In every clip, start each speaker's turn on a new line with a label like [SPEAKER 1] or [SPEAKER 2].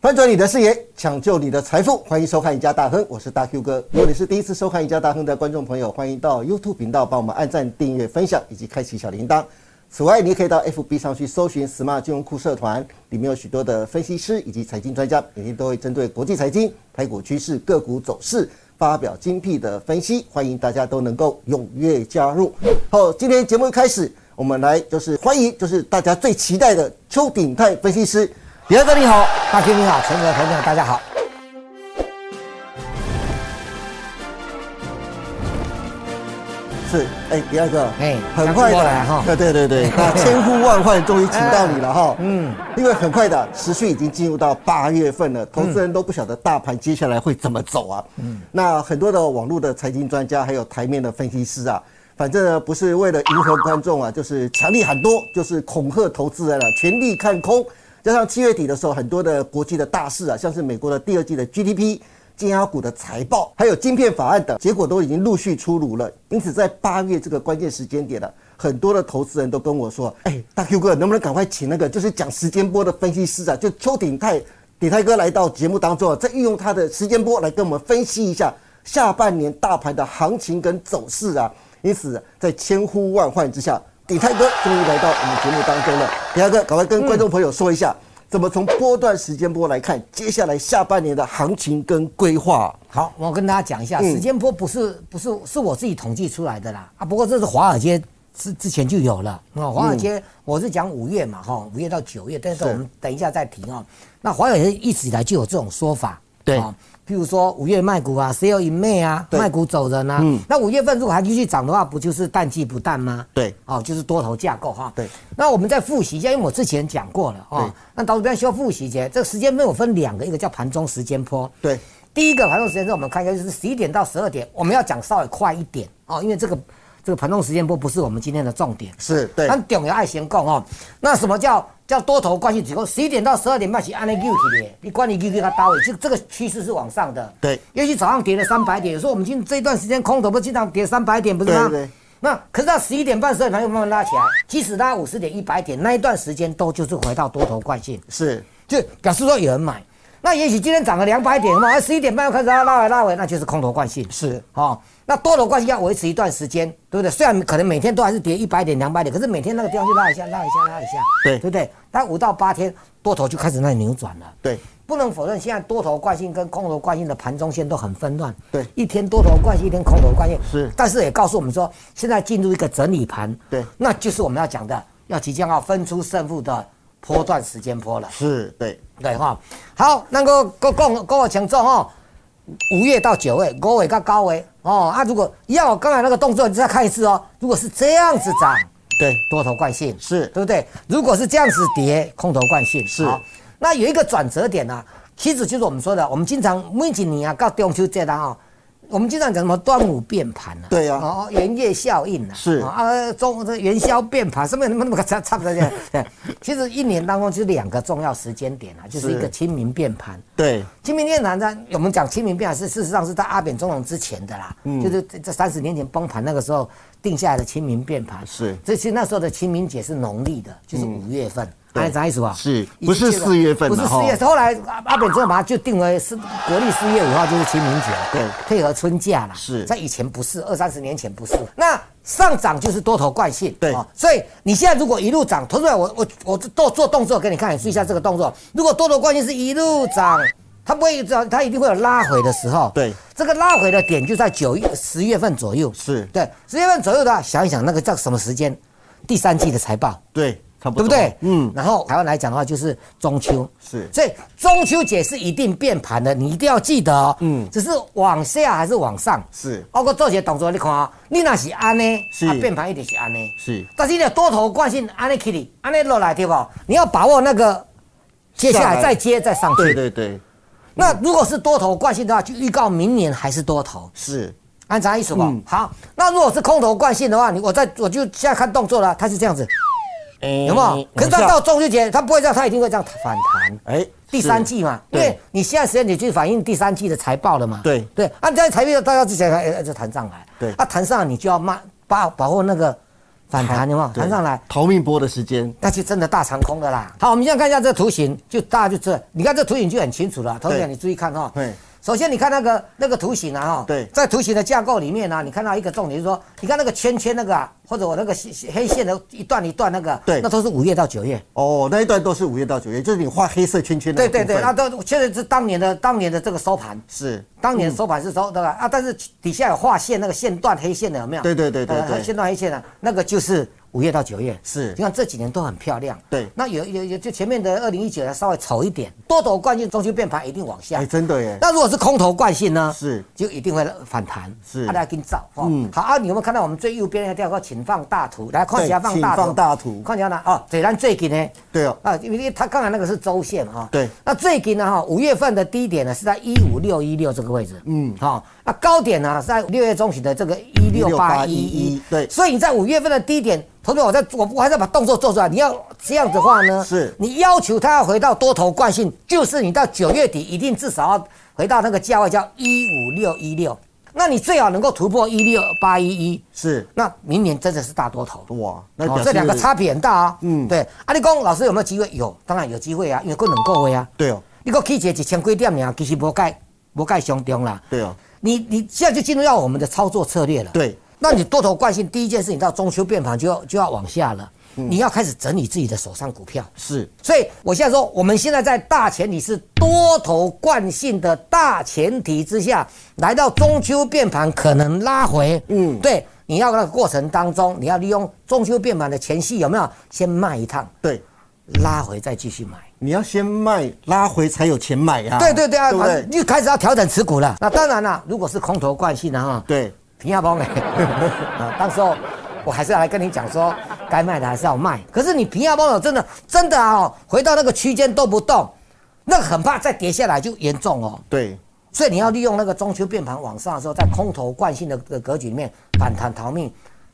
[SPEAKER 1] 翻转你的视野，抢救你的财富，欢迎收看《赢家大亨》，我是大 Q 哥。如果你是第一次收看《赢家大亨》的观众朋友，欢迎到 YouTube 频道帮我们按赞、订阅、分享以及开启小铃铛。此外，你也可以到 FB 上去搜寻 “Smart 金融库社团”，里面有许多的分析师以及财经专家，每天都会针对国际财经、台股趋势、个股走势发表精辟的分析，欢迎大家都能够踊跃加入。好，今天节目一开始，我们来就是欢迎就是大家最期待的邱鼎泰分析师。
[SPEAKER 2] 李大哥你好，大军你好，全国的朋友大家好。
[SPEAKER 1] 是，哎，第二个，
[SPEAKER 2] 哎
[SPEAKER 1] 很快
[SPEAKER 2] 刚过
[SPEAKER 1] 的
[SPEAKER 2] 来哈
[SPEAKER 1] 对对对对，那千呼万唤终于请到你了哈，嗯
[SPEAKER 2] 嗯，
[SPEAKER 1] 因为很快的，时序已经进入到八月份了，投资人都不晓得大盘接下来会怎么走啊，嗯，那很多的网络的财经专家还有台面的分析师啊。反正呢，不是为了迎合观众啊，就是强力喊多，就是恐吓投资人啊，全力看空。加上七月底的时候，很多的国际的大事啊，像是美国的第二季的 GDP、金压股的财报，还有晶片法案等，结果都已经陆续出炉了。因此，在八月这个关键时间点呢、很多的投资人都跟我说：“哎、大 Q 哥，能不能赶快请那个就是讲时间波的分析师啊，就邱鼎泰，鼎泰哥来到节目当中啊，再运用他的时间波来跟我们分析一下下半年大盘的行情跟走势啊。”因此，在千呼万唤之下，鼎泰哥终于来到我们节目当中了。鼎泰哥，赶快跟观众朋友说一下，怎么从波段时间波来看接下来下半年的行情跟规划、
[SPEAKER 2] 好，我跟大家讲一下，
[SPEAKER 1] 嗯
[SPEAKER 2] 时间波不是不是是我自己统计出来的啦啊，不过这是华尔街之之前就有了哦，华尔街我是讲五月嘛哈，五月到九月，但
[SPEAKER 1] 嗯
[SPEAKER 2] 是
[SPEAKER 1] 是
[SPEAKER 2] 我们等一下再提哦。那华尔街一直以来就有这种说法，
[SPEAKER 1] 对
[SPEAKER 2] 哦譬如说五月卖股啊，sell in May 啊，
[SPEAKER 1] 对
[SPEAKER 2] 卖股走人啊，
[SPEAKER 1] 嗯
[SPEAKER 2] 那五月份如果还继续涨的话，不就是淡季不淡吗？
[SPEAKER 1] 对
[SPEAKER 2] 哦，就是多头架构哈。
[SPEAKER 1] 对，
[SPEAKER 2] 那我们再复习一下，因为我之前讲过了
[SPEAKER 1] 对
[SPEAKER 2] 哦。那导主编需要复习一下，这个时间波我分两个，一个叫盘中时间波，
[SPEAKER 1] 对，
[SPEAKER 2] 第一个盘中时间是我们看一下，就是十一点到十二点，我们要讲稍微快一点哦，因为这个这个盘中时间波不是我们今天的重点。
[SPEAKER 1] 是对
[SPEAKER 2] 但重要爱先讲哦。那什么叫叫多头关系结构？十一点到十二点半是按那 Q 起的，你管你 Q Q 它到位，这这个趋势是往上的。
[SPEAKER 1] 对
[SPEAKER 2] 也许早上跌了三百点，有时候我们今这一段时间空头不是经常跌三百点，不是吗？
[SPEAKER 1] 对对
[SPEAKER 2] 那可是到十一点半、十二点又慢慢拉起来，即使拉五十点、一百点，那一段时间都就是回到多头惯性。
[SPEAKER 1] 是
[SPEAKER 2] 就表示说有人买。那也许今天涨了两百点嘛，十一点半又开始拉拉回拉回，那就是空头惯性。
[SPEAKER 1] 是
[SPEAKER 2] 哦，那多头惯性要维持一段时间，对不对？虽然可能每天都还是跌一百点、两百点，可是每天那个地方去拉一下、拉一下、拉一下，
[SPEAKER 1] 对
[SPEAKER 2] 对不对？但五到八天多头就开始那里扭转了。
[SPEAKER 1] 对，
[SPEAKER 2] 不能否认，现在多头惯性跟空头惯性的盘中线都很纷乱。
[SPEAKER 1] 对
[SPEAKER 2] 一天多头惯性，一天空头惯性。
[SPEAKER 1] 是
[SPEAKER 2] 但是也告诉我们说，现在进入一个整理盘。
[SPEAKER 1] 对
[SPEAKER 2] 那就是我们要讲的，要即将要分出胜负的波段时间波了。
[SPEAKER 1] 是对，
[SPEAKER 2] 对吼，好，咱个个讲讲我清楚吼，五月到九月，五月到九月哦啊，如果一样，我刚才那个动作，你再看一次哦。如果是这样子涨，
[SPEAKER 1] 对
[SPEAKER 2] 多头惯性
[SPEAKER 1] 是
[SPEAKER 2] 对不对？如果是这样子跌，空头惯性
[SPEAKER 1] 是
[SPEAKER 2] 好那有一个转折点呢、啊，其实就是我们说的，我们经常每几年啊，到中秋节啦哦，我们经常讲什么端午变盘啊，
[SPEAKER 1] 对啊
[SPEAKER 2] 哦元月效应啊，
[SPEAKER 1] 是
[SPEAKER 2] 啊中这元宵变盘， 什么什么什么差差不多这样。对其实一年当中就是两个重要时间点啊，就是一
[SPEAKER 1] 是
[SPEAKER 2] 个清明变盘。
[SPEAKER 1] 对
[SPEAKER 2] 清明变盘呢，我们讲清明变盘是事实上是在阿扁总统之前的啦，
[SPEAKER 1] 嗯
[SPEAKER 2] 就是这这三十年前崩盘那个时候定下来的清明变盘。
[SPEAKER 1] 是嗯
[SPEAKER 2] 这其实那时候的清明节是农历的，就是五月份，哎、啥意思吧？
[SPEAKER 1] 是
[SPEAKER 2] 已经
[SPEAKER 1] 不是
[SPEAKER 2] 这个
[SPEAKER 1] 四月份
[SPEAKER 2] 不是
[SPEAKER 1] 了
[SPEAKER 2] 四
[SPEAKER 1] 哈
[SPEAKER 2] 月，后来阿阿扁总统把它就定为是国历四月五号就是清明节，
[SPEAKER 1] 对
[SPEAKER 2] 配合春假啦。
[SPEAKER 1] 是
[SPEAKER 2] 在以前不是，二三十年前不是。那上涨就是多头惯性，哦
[SPEAKER 1] 对
[SPEAKER 2] 所以你现在如果一路涨，投资者我我我做做动作给你看，你注意一下这个动作。如果多头惯性是一路涨，它不会涨，它一定会有拉回的时候。
[SPEAKER 1] 对
[SPEAKER 2] 这个拉回的点就在九月、十月份左右。
[SPEAKER 1] 是
[SPEAKER 2] 对，十月份左右的话，想一想那个叫什么时间？第三季的财报。
[SPEAKER 1] 对，差不多，
[SPEAKER 2] 对不对？
[SPEAKER 1] 嗯，
[SPEAKER 2] 然后台湾来讲的话，就是中秋，
[SPEAKER 1] 是
[SPEAKER 2] 所以中秋节是一定变盘的，你一定要记得哦。嗯，只是往下还是往上？
[SPEAKER 1] 是
[SPEAKER 2] 包括做些动作，你看啊、你那是安呢，
[SPEAKER 1] 是
[SPEAKER 2] 啊变盘一定是安呢，
[SPEAKER 1] 是
[SPEAKER 2] 但是你的多头惯性安呢起哩，安呢落来对不？你要把握那个，接下
[SPEAKER 1] 下来
[SPEAKER 2] 来再接再上去。
[SPEAKER 1] 对对对，
[SPEAKER 2] 那如果是多头惯性的话，就预告明年还是多头。
[SPEAKER 1] 是
[SPEAKER 2] 按啥意思不？
[SPEAKER 1] 嗯
[SPEAKER 2] 好，那如果是空头惯性的话，你我再我就现在看动作了，它是这样子，
[SPEAKER 1] 哎
[SPEAKER 2] 有没
[SPEAKER 1] 嗯
[SPEAKER 2] 有？可是它到中秋节，它不会这样，它一定会这样反弹。
[SPEAKER 1] 哎
[SPEAKER 2] 第
[SPEAKER 1] 是
[SPEAKER 2] 三季嘛，因为
[SPEAKER 1] 对
[SPEAKER 2] 你现在时间你去反映第三季的财报了嘛。
[SPEAKER 1] 对
[SPEAKER 2] 对，啊按这样财报大家之前哎哎就谈上来，
[SPEAKER 1] 对
[SPEAKER 2] 啊谈上来你就要慢把把握那个反弹有没有
[SPEAKER 1] 对
[SPEAKER 2] 弹上来？
[SPEAKER 1] 逃命波的时间，
[SPEAKER 2] 那就真的大长空的啦。好，我们现在看一下这图形，就大家就这，你看这图形就很清楚了。同学
[SPEAKER 1] 对
[SPEAKER 2] 们，你注意看哈、
[SPEAKER 1] 对
[SPEAKER 2] 首先你看那个那个图形啊哈、
[SPEAKER 1] 对
[SPEAKER 2] 在图形的架构里面啊呢、你看到一个重点就是说，你看那个圈圈那个、啊，或者我那个黑黑线的一段一段那个，
[SPEAKER 1] 对
[SPEAKER 2] 那都是五月到九月。
[SPEAKER 1] 哦，那一段都是五月到九月，就是你画黑色圈圈的
[SPEAKER 2] 对
[SPEAKER 1] 部
[SPEAKER 2] 对
[SPEAKER 1] 分。
[SPEAKER 2] 对，那都确实是当年的当年的这个收盘。
[SPEAKER 1] 是
[SPEAKER 2] 当年收盘是收对吧？啊，但是底下有划线，那个线段黑线的有没有？
[SPEAKER 1] 对对对对
[SPEAKER 2] 呃
[SPEAKER 1] 对
[SPEAKER 2] 线段黑线的，那个就是五月到九月。
[SPEAKER 1] 是
[SPEAKER 2] 你看这几年都很漂亮。
[SPEAKER 1] 对
[SPEAKER 2] 那有有有，就前面的二零一九稍微丑一点，多头惯性中秋变盘一定往下。
[SPEAKER 1] 哎，真的耶，
[SPEAKER 2] 那如果是空头惯性呢？
[SPEAKER 1] 是
[SPEAKER 2] 就一定会反弹。
[SPEAKER 1] 是
[SPEAKER 2] 啊大家跟找。哦
[SPEAKER 1] 嗯
[SPEAKER 2] 好啊，你有没有看到我们最右边那个地方？请放大图，来看一下
[SPEAKER 1] 对
[SPEAKER 2] 放大图。
[SPEAKER 1] 请放大图
[SPEAKER 2] 看一下呢？哦，对，咱最近呢？
[SPEAKER 1] 对哦，
[SPEAKER 2] 啊，因为它刚才那个是周线嘛，哈
[SPEAKER 1] 对
[SPEAKER 2] 那最近呢，哈，五月份的低点呢是在一五六一六这个位置，嗯，好、那高点呢是在六月中旬的这个一六八一一
[SPEAKER 1] 16811，对
[SPEAKER 2] 所以你在五月份的低点，同学们，我在我我还是把动作做出来，你要这样子的话呢，
[SPEAKER 1] 是
[SPEAKER 2] 你要求它要回到多头惯性，就是你到九月底一定至少要回到那个价位叫一五六一六，那你最好能够突破一六八一一，
[SPEAKER 1] 是
[SPEAKER 2] 那明年真的是大多头。
[SPEAKER 1] 哇，那表
[SPEAKER 2] 哦，
[SPEAKER 1] 示
[SPEAKER 2] 这两个差别很大啊。嗯，
[SPEAKER 1] 嗯
[SPEAKER 2] 对。啊，你讲老师有没有机会？有，当然有机会啊，因为过两个月啊。
[SPEAKER 1] 对哦，
[SPEAKER 2] 你讲起一个一千几点尔，其实无介无介相中啦。
[SPEAKER 1] 对哦，
[SPEAKER 2] 你你现在就进入到我们的操作策略了。
[SPEAKER 1] 对，
[SPEAKER 2] 那你多头惯性，第一件事你到中秋变盘就要就要往下了，
[SPEAKER 1] 嗯
[SPEAKER 2] 你要开始整理自己的手上股票。
[SPEAKER 1] 是
[SPEAKER 2] 所以我现在说，我们现在在大前提是多头惯性的大前提之下，来到中秋变盘可能拉回，嗯，对，你要那个过程当中，你要利用中秋变盘的前夕有没有先卖一趟，
[SPEAKER 1] 对，
[SPEAKER 2] 拉回再继续买。
[SPEAKER 1] 你要先卖拉回才有钱买呀、
[SPEAKER 2] 对对对啊，
[SPEAKER 1] 对不对？
[SPEAKER 2] 就开始要调整持股了。那当然啦，如果是空头惯性的哈，
[SPEAKER 1] 对，
[SPEAKER 2] 平下崩哎， 啊，当时候我还是要来跟你讲说，该卖的还是要卖。可是你平下崩了，真的真的啊、哦，回到那个区间动不动，那很怕再跌下来就严重哦。
[SPEAKER 1] 对，
[SPEAKER 2] 所以你要利用那个中秋变盘往上的时候，在空头惯性的的格局里面反弹逃命，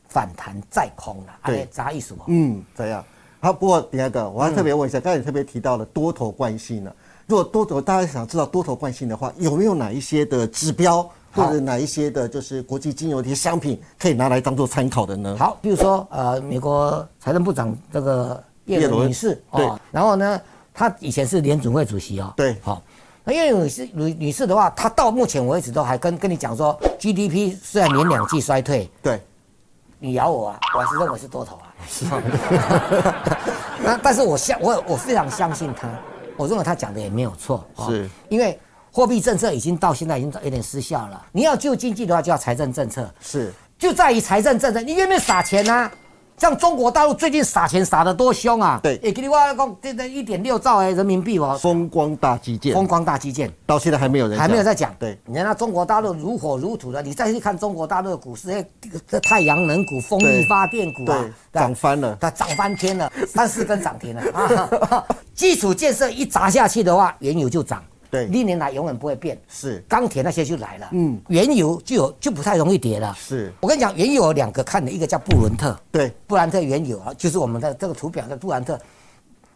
[SPEAKER 2] 反弹再空了，
[SPEAKER 1] 对
[SPEAKER 2] 哎，啥意思哦？
[SPEAKER 1] 嗯，怎样？好，不过第二个，我要特别问一下，
[SPEAKER 2] 嗯
[SPEAKER 1] 刚才你特别提到了多头惯性呢、如果多头，大家想知道多头惯性的话，有没有哪一些的指标，或
[SPEAKER 2] 好
[SPEAKER 1] 者哪一些的，就是国际精油的商品可以拿来当做参考的呢？
[SPEAKER 2] 好，比如说呃，美国财政部长这个叶
[SPEAKER 1] 叶
[SPEAKER 2] 伦
[SPEAKER 1] 伦
[SPEAKER 2] 女士
[SPEAKER 1] 对
[SPEAKER 2] 哦，然后呢，她以前是联准会主席哦，
[SPEAKER 1] 对
[SPEAKER 2] 好、那叶伦女士女女士的话，她到目前为止都还跟跟你讲说，GDP 虽然连两季衰退，
[SPEAKER 1] 对，
[SPEAKER 2] 你咬我啊，我还是认为是 多头啊。 那但是我相我我非常相信他，我认为他讲的也没有错，哦
[SPEAKER 1] 是
[SPEAKER 2] 因为货币政策已经到现在已经有点失效了。你要救经济的话，就要财政政策，
[SPEAKER 1] 是，
[SPEAKER 2] 就在于财政政策，你愿不愿意撒钱啊？像中国大陆最近撒钱撒得多凶啊！
[SPEAKER 1] 对
[SPEAKER 2] 也给你挖讲这这一点六兆哎人民币哦，
[SPEAKER 1] 风光大基建，
[SPEAKER 2] 风光大基建。
[SPEAKER 1] 到现在还没有人
[SPEAKER 2] 还没有在讲。
[SPEAKER 1] 对，
[SPEAKER 2] 你看那中国大陆如火如荼的，你再去看中国大陆的股市，哎这个这太阳能股、风力
[SPEAKER 1] 对
[SPEAKER 2] 发电股啊
[SPEAKER 1] 对，
[SPEAKER 2] 吧
[SPEAKER 1] 涨翻了
[SPEAKER 2] 它涨翻天了，三四根涨停了 啊！基础建设一砸下去的话，原油就涨。
[SPEAKER 1] 对
[SPEAKER 2] 历年来永远不会变。
[SPEAKER 1] 是
[SPEAKER 2] 钢铁那些就来了，嗯，原油就有就不太容易跌了。
[SPEAKER 1] 是
[SPEAKER 2] 我跟你讲，原油有两个看的，一个叫布伦特，
[SPEAKER 1] 对，
[SPEAKER 2] 布兰特原油啊，就是我们的这个图表的布兰特。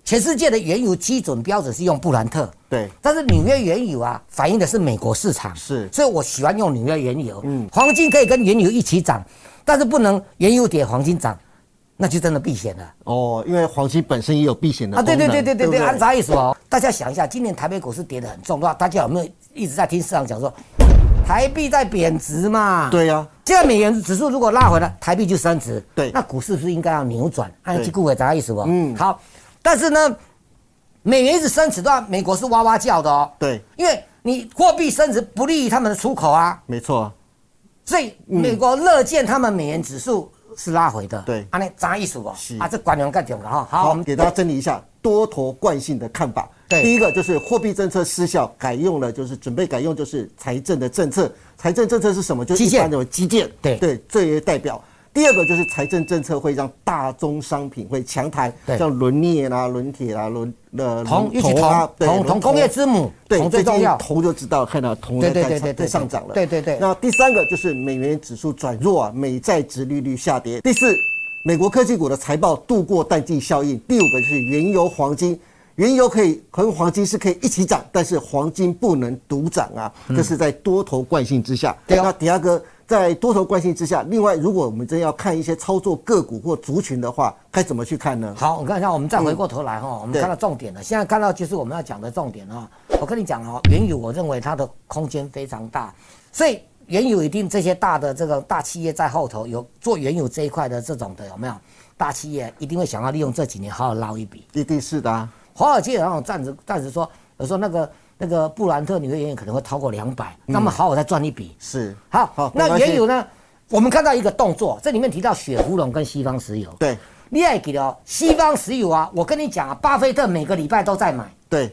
[SPEAKER 2] 全世界的原油基准标准是用布兰特，
[SPEAKER 1] 对
[SPEAKER 2] 但是纽约原油啊，反映的是美国市场，
[SPEAKER 1] 是
[SPEAKER 2] 所以我喜欢用纽约原油。嗯，黄金可以跟原油一起涨，但是不能原油跌黄金涨，那就真的避险了
[SPEAKER 1] 哦，因为黄金本身也有避险的
[SPEAKER 2] 啊！对对
[SPEAKER 1] 功
[SPEAKER 2] 对
[SPEAKER 1] 能
[SPEAKER 2] 对对
[SPEAKER 1] 不
[SPEAKER 2] 对，按啥意思哦？大家想一下，今年台北股市跌得很重的话，大家有没有一直在听市场讲说，台币在贬值嘛？。
[SPEAKER 1] 对啊呀、
[SPEAKER 2] 现在美元指数如果拉回来，台币就升值，
[SPEAKER 1] 对
[SPEAKER 2] 那股市是不是应该要扭转？按
[SPEAKER 1] 对
[SPEAKER 2] 去顾伟达意思不？嗯，
[SPEAKER 1] 嗯
[SPEAKER 2] 好，但是呢，美元一直升值的话，美国是哇哇叫的哦，
[SPEAKER 1] 对，
[SPEAKER 2] 因为你货币升值不利于他们的出口啊，
[SPEAKER 1] 没错，
[SPEAKER 2] 所以美国乐见他们美元指数是拉回的，
[SPEAKER 1] 嗯对
[SPEAKER 2] 啊，那啥意思不？
[SPEAKER 1] 是
[SPEAKER 2] 啊，这管用干重了哈。好，
[SPEAKER 1] 好，
[SPEAKER 2] 我
[SPEAKER 1] 我
[SPEAKER 2] 们
[SPEAKER 1] 们给大家整理一下多头惯性的看法。
[SPEAKER 2] 对
[SPEAKER 1] 第一个就是货币政策失效，改用了就是准备改用就是财政的政策。财政政策是什么？就是
[SPEAKER 2] 基
[SPEAKER 1] 一
[SPEAKER 2] 建
[SPEAKER 1] 般的基建，
[SPEAKER 2] 对
[SPEAKER 1] 对，最为代表。第二个就是财政政策会让大宗商品会强弹
[SPEAKER 2] 对，
[SPEAKER 1] 像轮镍啦、轮铁啦、轮呃
[SPEAKER 2] 铜，
[SPEAKER 1] 轮
[SPEAKER 2] 尤其
[SPEAKER 1] 啊
[SPEAKER 2] 铜，
[SPEAKER 1] 对
[SPEAKER 2] 铜铜工业之母，
[SPEAKER 1] 对，
[SPEAKER 2] 铜最重要。
[SPEAKER 1] 铜就知道，看到铜
[SPEAKER 2] 对
[SPEAKER 1] 在
[SPEAKER 2] 对
[SPEAKER 1] 在
[SPEAKER 2] 对对
[SPEAKER 1] 上在
[SPEAKER 2] 对
[SPEAKER 1] 上涨了。
[SPEAKER 2] 对对对
[SPEAKER 1] 那第三个就是美元指数转弱啊，美债值利率下跌。第四，美国科技股的财报度过淡季效应。第五个就是原油、黄金。原油可以和黄金是可以一起涨，但是黄金不能独涨啊，这是在多头惯性之下。
[SPEAKER 2] 嗯对哦
[SPEAKER 1] 那迪亚哥，在多头惯性之下，另外如果我们真要看一些操作个股或族群的话，该怎么去看呢？
[SPEAKER 2] 好，我看一下，我们再回过头来哈、我
[SPEAKER 1] 嗯
[SPEAKER 2] 们
[SPEAKER 1] 对
[SPEAKER 2] 看到重点了。现在看到就是我们要讲的重点啊。我跟你讲哦，原有我认为它的空间非常大，所以原有一定这些大的这个大企业在后头有做原有这一块的这种的有没有？大企业一定会想要利用这几年好好捞一笔。
[SPEAKER 1] 一定是的啊，
[SPEAKER 2] 华尔街有那种暂时暂时说，有时候那个那个布兰特纽约原油可能会超过两百、那么好好再赚一笔。
[SPEAKER 1] 是
[SPEAKER 2] 好，
[SPEAKER 1] 嗯好没
[SPEAKER 2] 那
[SPEAKER 1] 关系
[SPEAKER 2] 原油呢？我们看到一个动作，这里面提到雪佛龙跟西方石油。
[SPEAKER 1] 对
[SPEAKER 2] 你也记得哦，西方石油啊，我跟你讲啊，巴菲特每个礼拜都在买，
[SPEAKER 1] 对，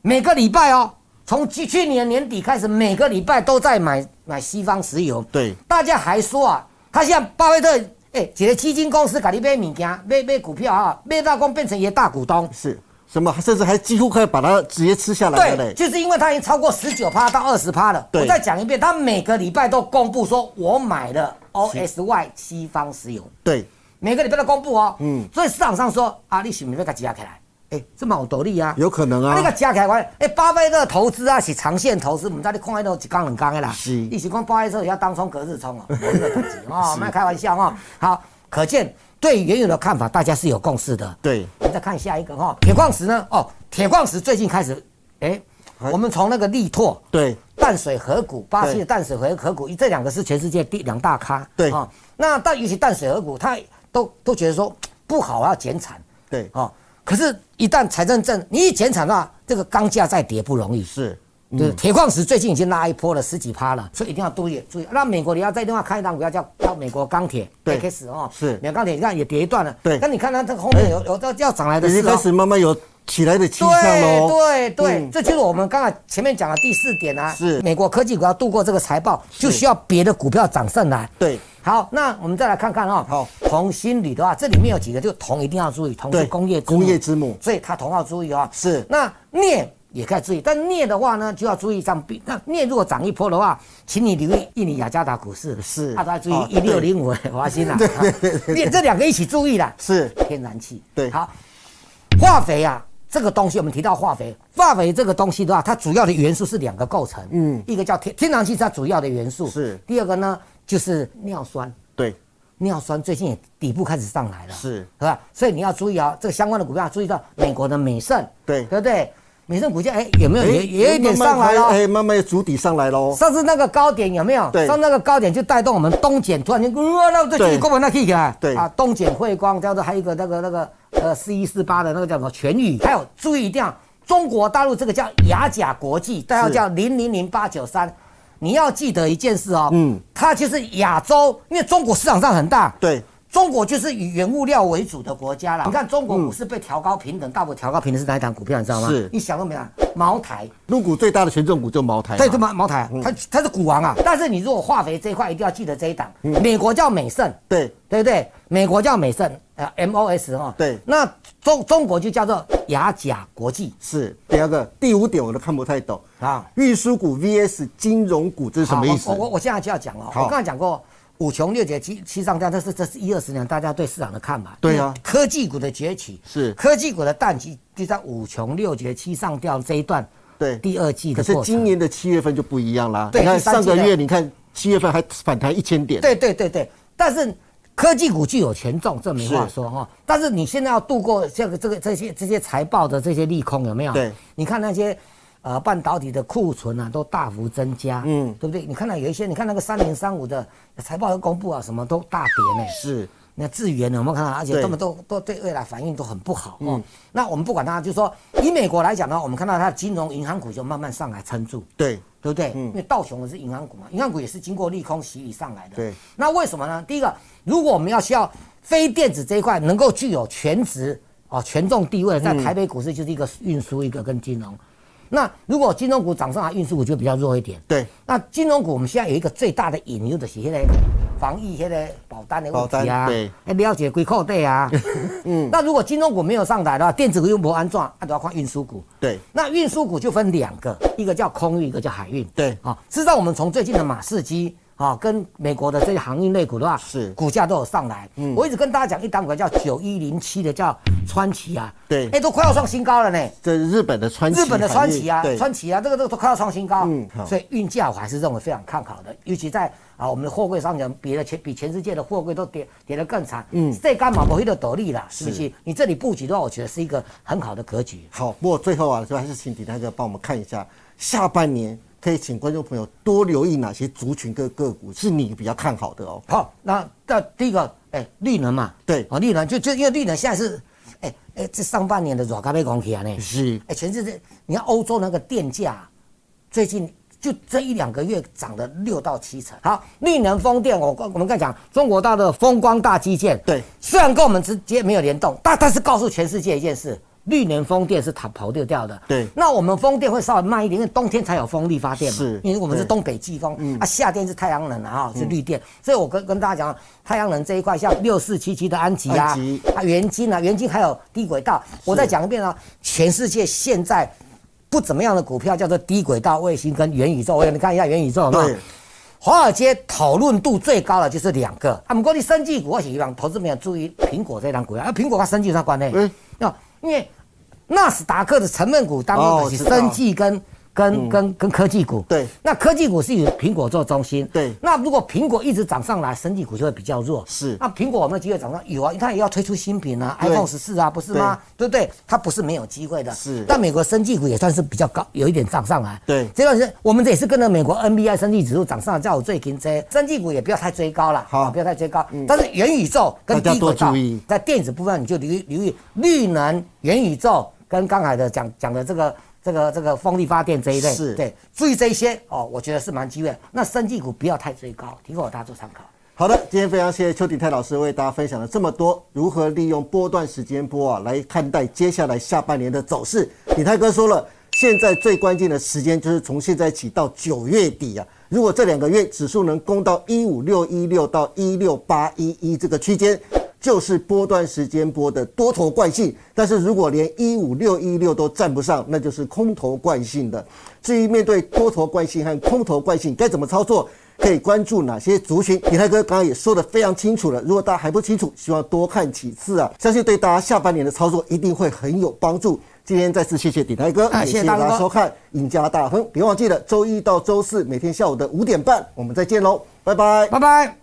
[SPEAKER 2] 每个礼拜哦，从去去年年底开始，每个礼拜都在买买西方石油。
[SPEAKER 1] 对
[SPEAKER 2] 大家还说啊，他像巴菲特，哎、一个基金公司给你买物件，买买股票啊，买到光变成一个大股东。
[SPEAKER 1] 是什么？甚至还几乎快把它直接吃下来了
[SPEAKER 2] 对，
[SPEAKER 1] 嘞。
[SPEAKER 2] 就是因为他已经超过十九趴到二十趴了。
[SPEAKER 1] 啊对
[SPEAKER 2] 我再讲一遍，他每个礼拜都公布说，我买了 OSY 西方石油。
[SPEAKER 1] 对，
[SPEAKER 2] 每个礼拜都公布哦。
[SPEAKER 1] 嗯
[SPEAKER 2] 所以市场上说啊，你是不是要给加起来？哎、这蛮有道理啊。
[SPEAKER 1] 有可能啊
[SPEAKER 2] 那个加起来完，哎、巴菲特投资啊是长线投资，我们在你看到一杠两杠的啦。
[SPEAKER 1] 是
[SPEAKER 2] 你是讲巴菲特要当冲隔 日冲哦，没这个等级哦，不要开玩笑哦。好，可见对原有的看法，大家是有共识的。
[SPEAKER 1] 对，
[SPEAKER 2] 我们再看下一个哈、哦，铁矿石呢？哦，铁矿石最近开始，哎、
[SPEAKER 1] 哎
[SPEAKER 2] 我们从那个力拓。
[SPEAKER 1] 对，
[SPEAKER 2] 淡水河谷，巴西的
[SPEAKER 1] 对
[SPEAKER 2] 淡水河河谷，这两个是全世界第两大咖。
[SPEAKER 1] 对
[SPEAKER 2] 哦，那但尤其淡水河谷，他都都觉得说不好，要减产。
[SPEAKER 1] 对，
[SPEAKER 2] 哦，可是，一旦财政政你一减产的话，这个钢价再跌不容易。
[SPEAKER 1] 是，
[SPEAKER 2] 对，铁矿石最近已经拉一波了十几趴了，所以一定要注意注意。那美国你要再另外看一档股票叫叫美国钢铁
[SPEAKER 1] 对
[SPEAKER 2] X 哦，
[SPEAKER 1] 是
[SPEAKER 2] 美国钢铁你看也跌一段了。
[SPEAKER 1] 对
[SPEAKER 2] 那你看它这个后面有有要要涨来的
[SPEAKER 1] 已
[SPEAKER 2] 是
[SPEAKER 1] 经
[SPEAKER 2] 哦
[SPEAKER 1] 开始慢慢有起来的迹象喽。
[SPEAKER 2] 对对对、
[SPEAKER 1] 嗯
[SPEAKER 2] 这就是我们刚才前面讲的第四点啊。
[SPEAKER 1] 是
[SPEAKER 2] 美国科技股要度过这个财报，就需要别的股票涨上来。
[SPEAKER 1] 对，
[SPEAKER 2] 好，那我们再来看看啊、
[SPEAKER 1] 好，
[SPEAKER 2] 铜锌铝的话，这里面有几个，就铜一定要注意，铜是
[SPEAKER 1] 对
[SPEAKER 2] 工业之
[SPEAKER 1] 工业之母
[SPEAKER 2] 所以它铜要注意啊、
[SPEAKER 1] 是
[SPEAKER 2] 那镍也该注意，但镍的话呢，就要注意上币。那镍如果涨一波的话，请你留意印尼雅加达股市，
[SPEAKER 1] 是
[SPEAKER 2] 啊，大家注
[SPEAKER 1] 哦
[SPEAKER 2] 意一六零五 华兴啦，对对 对这两个一起注意啦。
[SPEAKER 1] 是
[SPEAKER 2] 天然气，
[SPEAKER 1] 对
[SPEAKER 2] 好，化肥啊，这个东西我们提到化肥，化肥这个东西的话，它主要的元素是两个构成，嗯，一个叫天天然气，是它主要的元素
[SPEAKER 1] 是
[SPEAKER 2] 第二个呢就是尿酸，
[SPEAKER 1] 对，
[SPEAKER 2] 尿酸最近也底部开始上来了，
[SPEAKER 1] 是
[SPEAKER 2] 是吧？所以你要注意啊，这个相关的股票要注意到美国的美盛，
[SPEAKER 1] 对
[SPEAKER 2] 对不对？美盛股价哎有没有也
[SPEAKER 1] 哎
[SPEAKER 2] 也有一点
[SPEAKER 1] 慢慢
[SPEAKER 2] 上来
[SPEAKER 1] 开
[SPEAKER 2] 了？
[SPEAKER 1] 哎，慢慢有主底上来喽。
[SPEAKER 2] 上次那个高点有没有？
[SPEAKER 1] 哦对
[SPEAKER 2] 上次那个高点就带动我们东碱突然间，呃，那这
[SPEAKER 1] 对
[SPEAKER 2] 自己根本那 K 起来。
[SPEAKER 1] 对
[SPEAKER 2] 啊，东碱汇光叫做还有一个那个那个呃四一四八的那个叫什么全宇，还有注意一定要中国大陆这个叫雅甲国际，代号
[SPEAKER 1] 是
[SPEAKER 2] 叫零零零八九三。你要记得一件事哦，嗯
[SPEAKER 1] 嗯，
[SPEAKER 2] 它就是亚洲，因为中国市场上很大，
[SPEAKER 1] 对，嗯
[SPEAKER 2] 中国就是以原物料为主的国家啦。你看中国股市被调高平等，大幅调高平等是哪一档股票？你知道吗？
[SPEAKER 1] 是
[SPEAKER 2] 你想都没想，茅台。
[SPEAKER 1] 入股最大的权重股就茅台嘛。
[SPEAKER 2] 对，就哎茅茅台，
[SPEAKER 1] 嗯
[SPEAKER 2] 它它是股王啊。但是你如果化肥这一块一定要记得这一档，
[SPEAKER 1] 嗯
[SPEAKER 2] 美国叫美盛，
[SPEAKER 1] 对，
[SPEAKER 2] 对不对？美国叫美盛，呃，MOS 哈。
[SPEAKER 1] 对
[SPEAKER 2] 那中中国就叫做雅甲国际
[SPEAKER 1] 是第二个，第五点我都看不太懂。
[SPEAKER 2] 啊。
[SPEAKER 1] 运输股 VS 金融股，这是什么意思
[SPEAKER 2] 好？我我我现在就要讲了，我
[SPEAKER 1] 好
[SPEAKER 2] 刚才讲过。五穷六绝七七上吊，这是这是一二十年大家对市场的看法。
[SPEAKER 1] 对啊
[SPEAKER 2] 科技股的崛起
[SPEAKER 1] 是
[SPEAKER 2] 科技股的淡季，就在五穷六绝七上吊这一段。
[SPEAKER 1] 对
[SPEAKER 2] 第二季
[SPEAKER 1] 可
[SPEAKER 2] 的
[SPEAKER 1] 是
[SPEAKER 2] 过程。
[SPEAKER 1] 今年的七月份就不一样啦。
[SPEAKER 2] 对
[SPEAKER 1] 你看
[SPEAKER 2] 第三
[SPEAKER 1] 上
[SPEAKER 2] 季
[SPEAKER 1] 个
[SPEAKER 2] 的
[SPEAKER 1] 月，你看七月份还反弹一千点。
[SPEAKER 2] 对对对对，但是科技股具有权重，这没话
[SPEAKER 1] 是
[SPEAKER 2] 说哈、但是你现在要度过这个这个这些这些财报的这些利空有没有？
[SPEAKER 1] 对，
[SPEAKER 2] 你看那些。呃，半导体的库存啊，都大幅增加，嗯
[SPEAKER 1] 嗯，
[SPEAKER 2] 对不对？你看到有一些，你看那个三零三五的财报公布啊，什么都大跌呢。
[SPEAKER 1] 是
[SPEAKER 2] 那智源呢，我们看到，而且
[SPEAKER 1] 对嗯
[SPEAKER 2] 他们都都对未来反应都很不好哦。那我们不管它，就说以美国来讲呢，我们看到它的金融银行股就慢慢上来撑住，
[SPEAKER 1] 对，
[SPEAKER 2] 对不对？
[SPEAKER 1] 嗯
[SPEAKER 2] 因为道琼的是银行股嘛，银行股也是经过利空洗礼上来的。
[SPEAKER 1] 对，
[SPEAKER 2] 那为什么呢？第一个，如果我们要需要非电子这一块能够具有全值哦权重地位，在
[SPEAKER 1] 嗯
[SPEAKER 2] 台北股市就是一个运输，一个跟金融。那如果金融股涨上来，运输股就比较弱一点。
[SPEAKER 1] 对，
[SPEAKER 2] 那金融股我们现在有一个最大的隐忧的是现在防疫现在保单的问
[SPEAKER 1] 保
[SPEAKER 2] 题
[SPEAKER 1] 单
[SPEAKER 2] 啊，
[SPEAKER 1] 对
[SPEAKER 2] 要了解归扣 对啊。嗯，那如果金融股没有上来的话，电子股又没安装，啊那、就要看运输股。
[SPEAKER 1] 对，
[SPEAKER 2] 那运输股就分两个，一个叫空运，一个叫海运。哦
[SPEAKER 1] 对
[SPEAKER 2] 啊、事实际上我们从最近的马士基啊、跟美国的这些航运类股的话，
[SPEAKER 1] 是嗯
[SPEAKER 2] 股价都有上来。我一直跟大家讲，一档股叫九一零七的叫川崎啊，
[SPEAKER 1] 对
[SPEAKER 2] 哎、都快要创新高了呢。
[SPEAKER 1] 这日本的川崎行
[SPEAKER 2] 日
[SPEAKER 1] 业，
[SPEAKER 2] 本的川崎啊，
[SPEAKER 1] 对，
[SPEAKER 2] 川崎啊，这个这个都快要创新高，
[SPEAKER 1] 嗯好
[SPEAKER 2] 所以运价我还是认为非常看好的，尤其在啊我们的货柜上讲，比了全比全世界的货柜都跌跌得更惨，嗯，这干嘛不会的得利啦，是不是？你这里布局的话，我觉得是一个很好的格局。
[SPEAKER 1] 好，不过最后啊，就还是请李大哥帮我们看一下下半年，可以请观众朋友多留意哪些族群跟个股是你比较看好的哦。
[SPEAKER 2] 好，那那第一个，哎，绿能嘛，
[SPEAKER 1] 对
[SPEAKER 2] 啊，绿能就就因为绿能现在是，哎哎，这上半年的软咖啡讲起来呢，
[SPEAKER 1] 是
[SPEAKER 2] 哎，全世界，你看欧洲那个电价啊，最近就这一两个月涨了六到七成。好，绿能风电，我我们刚才讲中国大陆的风光大基建，
[SPEAKER 1] 对
[SPEAKER 2] 虽然跟我们直接没有联动，但但是告诉全世界一件事。绿能风电是跑跑掉掉的，
[SPEAKER 1] 对
[SPEAKER 2] 那我们风电会稍微慢一点，因为冬天才有风力发电嘛，
[SPEAKER 1] 是
[SPEAKER 2] 因为我们是
[SPEAKER 1] 对嗯
[SPEAKER 2] 东北季风、啊，夏天是太阳能啊，是绿电，所以我跟跟大家讲，太阳能这一块，像六四七七的安吉啊
[SPEAKER 1] 安吉，
[SPEAKER 2] 啊元晶啊，元晶还有低轨道，我再讲一遍啊，全世界现在不怎么样的股票叫做低轨道卫星跟元宇宙，我给你看一下元宇宙好不好？
[SPEAKER 1] 对
[SPEAKER 2] 华尔街讨论度最高的就是两个，啊，不过你生技股我是希望投资没有注意苹果这张股票，啊，苹果跟生技有啥关系？
[SPEAKER 1] 嗯
[SPEAKER 2] 那因为纳斯达克的成分股当
[SPEAKER 1] 哦
[SPEAKER 2] 中，
[SPEAKER 1] 我
[SPEAKER 2] 是
[SPEAKER 1] 知道嗯
[SPEAKER 2] 生技跟跟跟跟科技股，
[SPEAKER 1] 对
[SPEAKER 2] 那科技股是以苹果做中心，
[SPEAKER 1] 对
[SPEAKER 2] 那如果苹果一直涨上来，生技股就会比较弱。
[SPEAKER 1] 是
[SPEAKER 2] 那苹果有没有机会涨上？有啊，它也要推出新品啊
[SPEAKER 1] 对
[SPEAKER 2] ，iPhone 十四啊，不是吗？对不对？它不是没有机会的。
[SPEAKER 1] 是
[SPEAKER 2] 但美国生技股也算是比较高，有一点涨上来。
[SPEAKER 1] 对
[SPEAKER 2] 这段时间我们这也是跟着美国 NBI 生技指数涨上来，叫我最近这生技股也不要太追高了，
[SPEAKER 1] 好嗯
[SPEAKER 2] 啊不要太追高。但是元宇宙跟
[SPEAKER 1] 大家
[SPEAKER 2] 低
[SPEAKER 1] 多
[SPEAKER 2] 轨道
[SPEAKER 1] 注意，
[SPEAKER 2] 在电子部分你就留意留意绿能、元宇宙跟刚才的讲讲的这个这个这个风力发电这一类，
[SPEAKER 1] 是
[SPEAKER 2] 对，注意这一些哦，我觉得是蛮机会的。那生技股不要太追高，提供我大家做参考。
[SPEAKER 1] 好的，今天非常谢谢邱鼎泰老师为大家分享了这么多如何利用波段时间波啊来看待接下来下半年的走势。鼎泰哥说了，现在最关键的时间就是从现在起到九月底啊。如果这两个月指数能攻到一五六一六到一六八一一这个区间，就是波段时间波的多头惯性，但是如果连一五六一六都站不上，那就是空头惯性的。至于面对多头惯性和空头惯性该怎么操作，可以关注哪些族群？李泰哥刚刚也说的非常清楚了，如果大家还不清楚，希望多看几次啊，相信对大家下半年的操作一定会很有帮助。今天再次谢谢李泰哥，
[SPEAKER 2] 啊
[SPEAKER 1] 也
[SPEAKER 2] 谢谢
[SPEAKER 1] 大
[SPEAKER 2] 大哥
[SPEAKER 1] 家收看《赢家大亨》，别忘记了周一到周四每天下午的五点半，我们再见喽，拜拜。
[SPEAKER 2] 拜拜。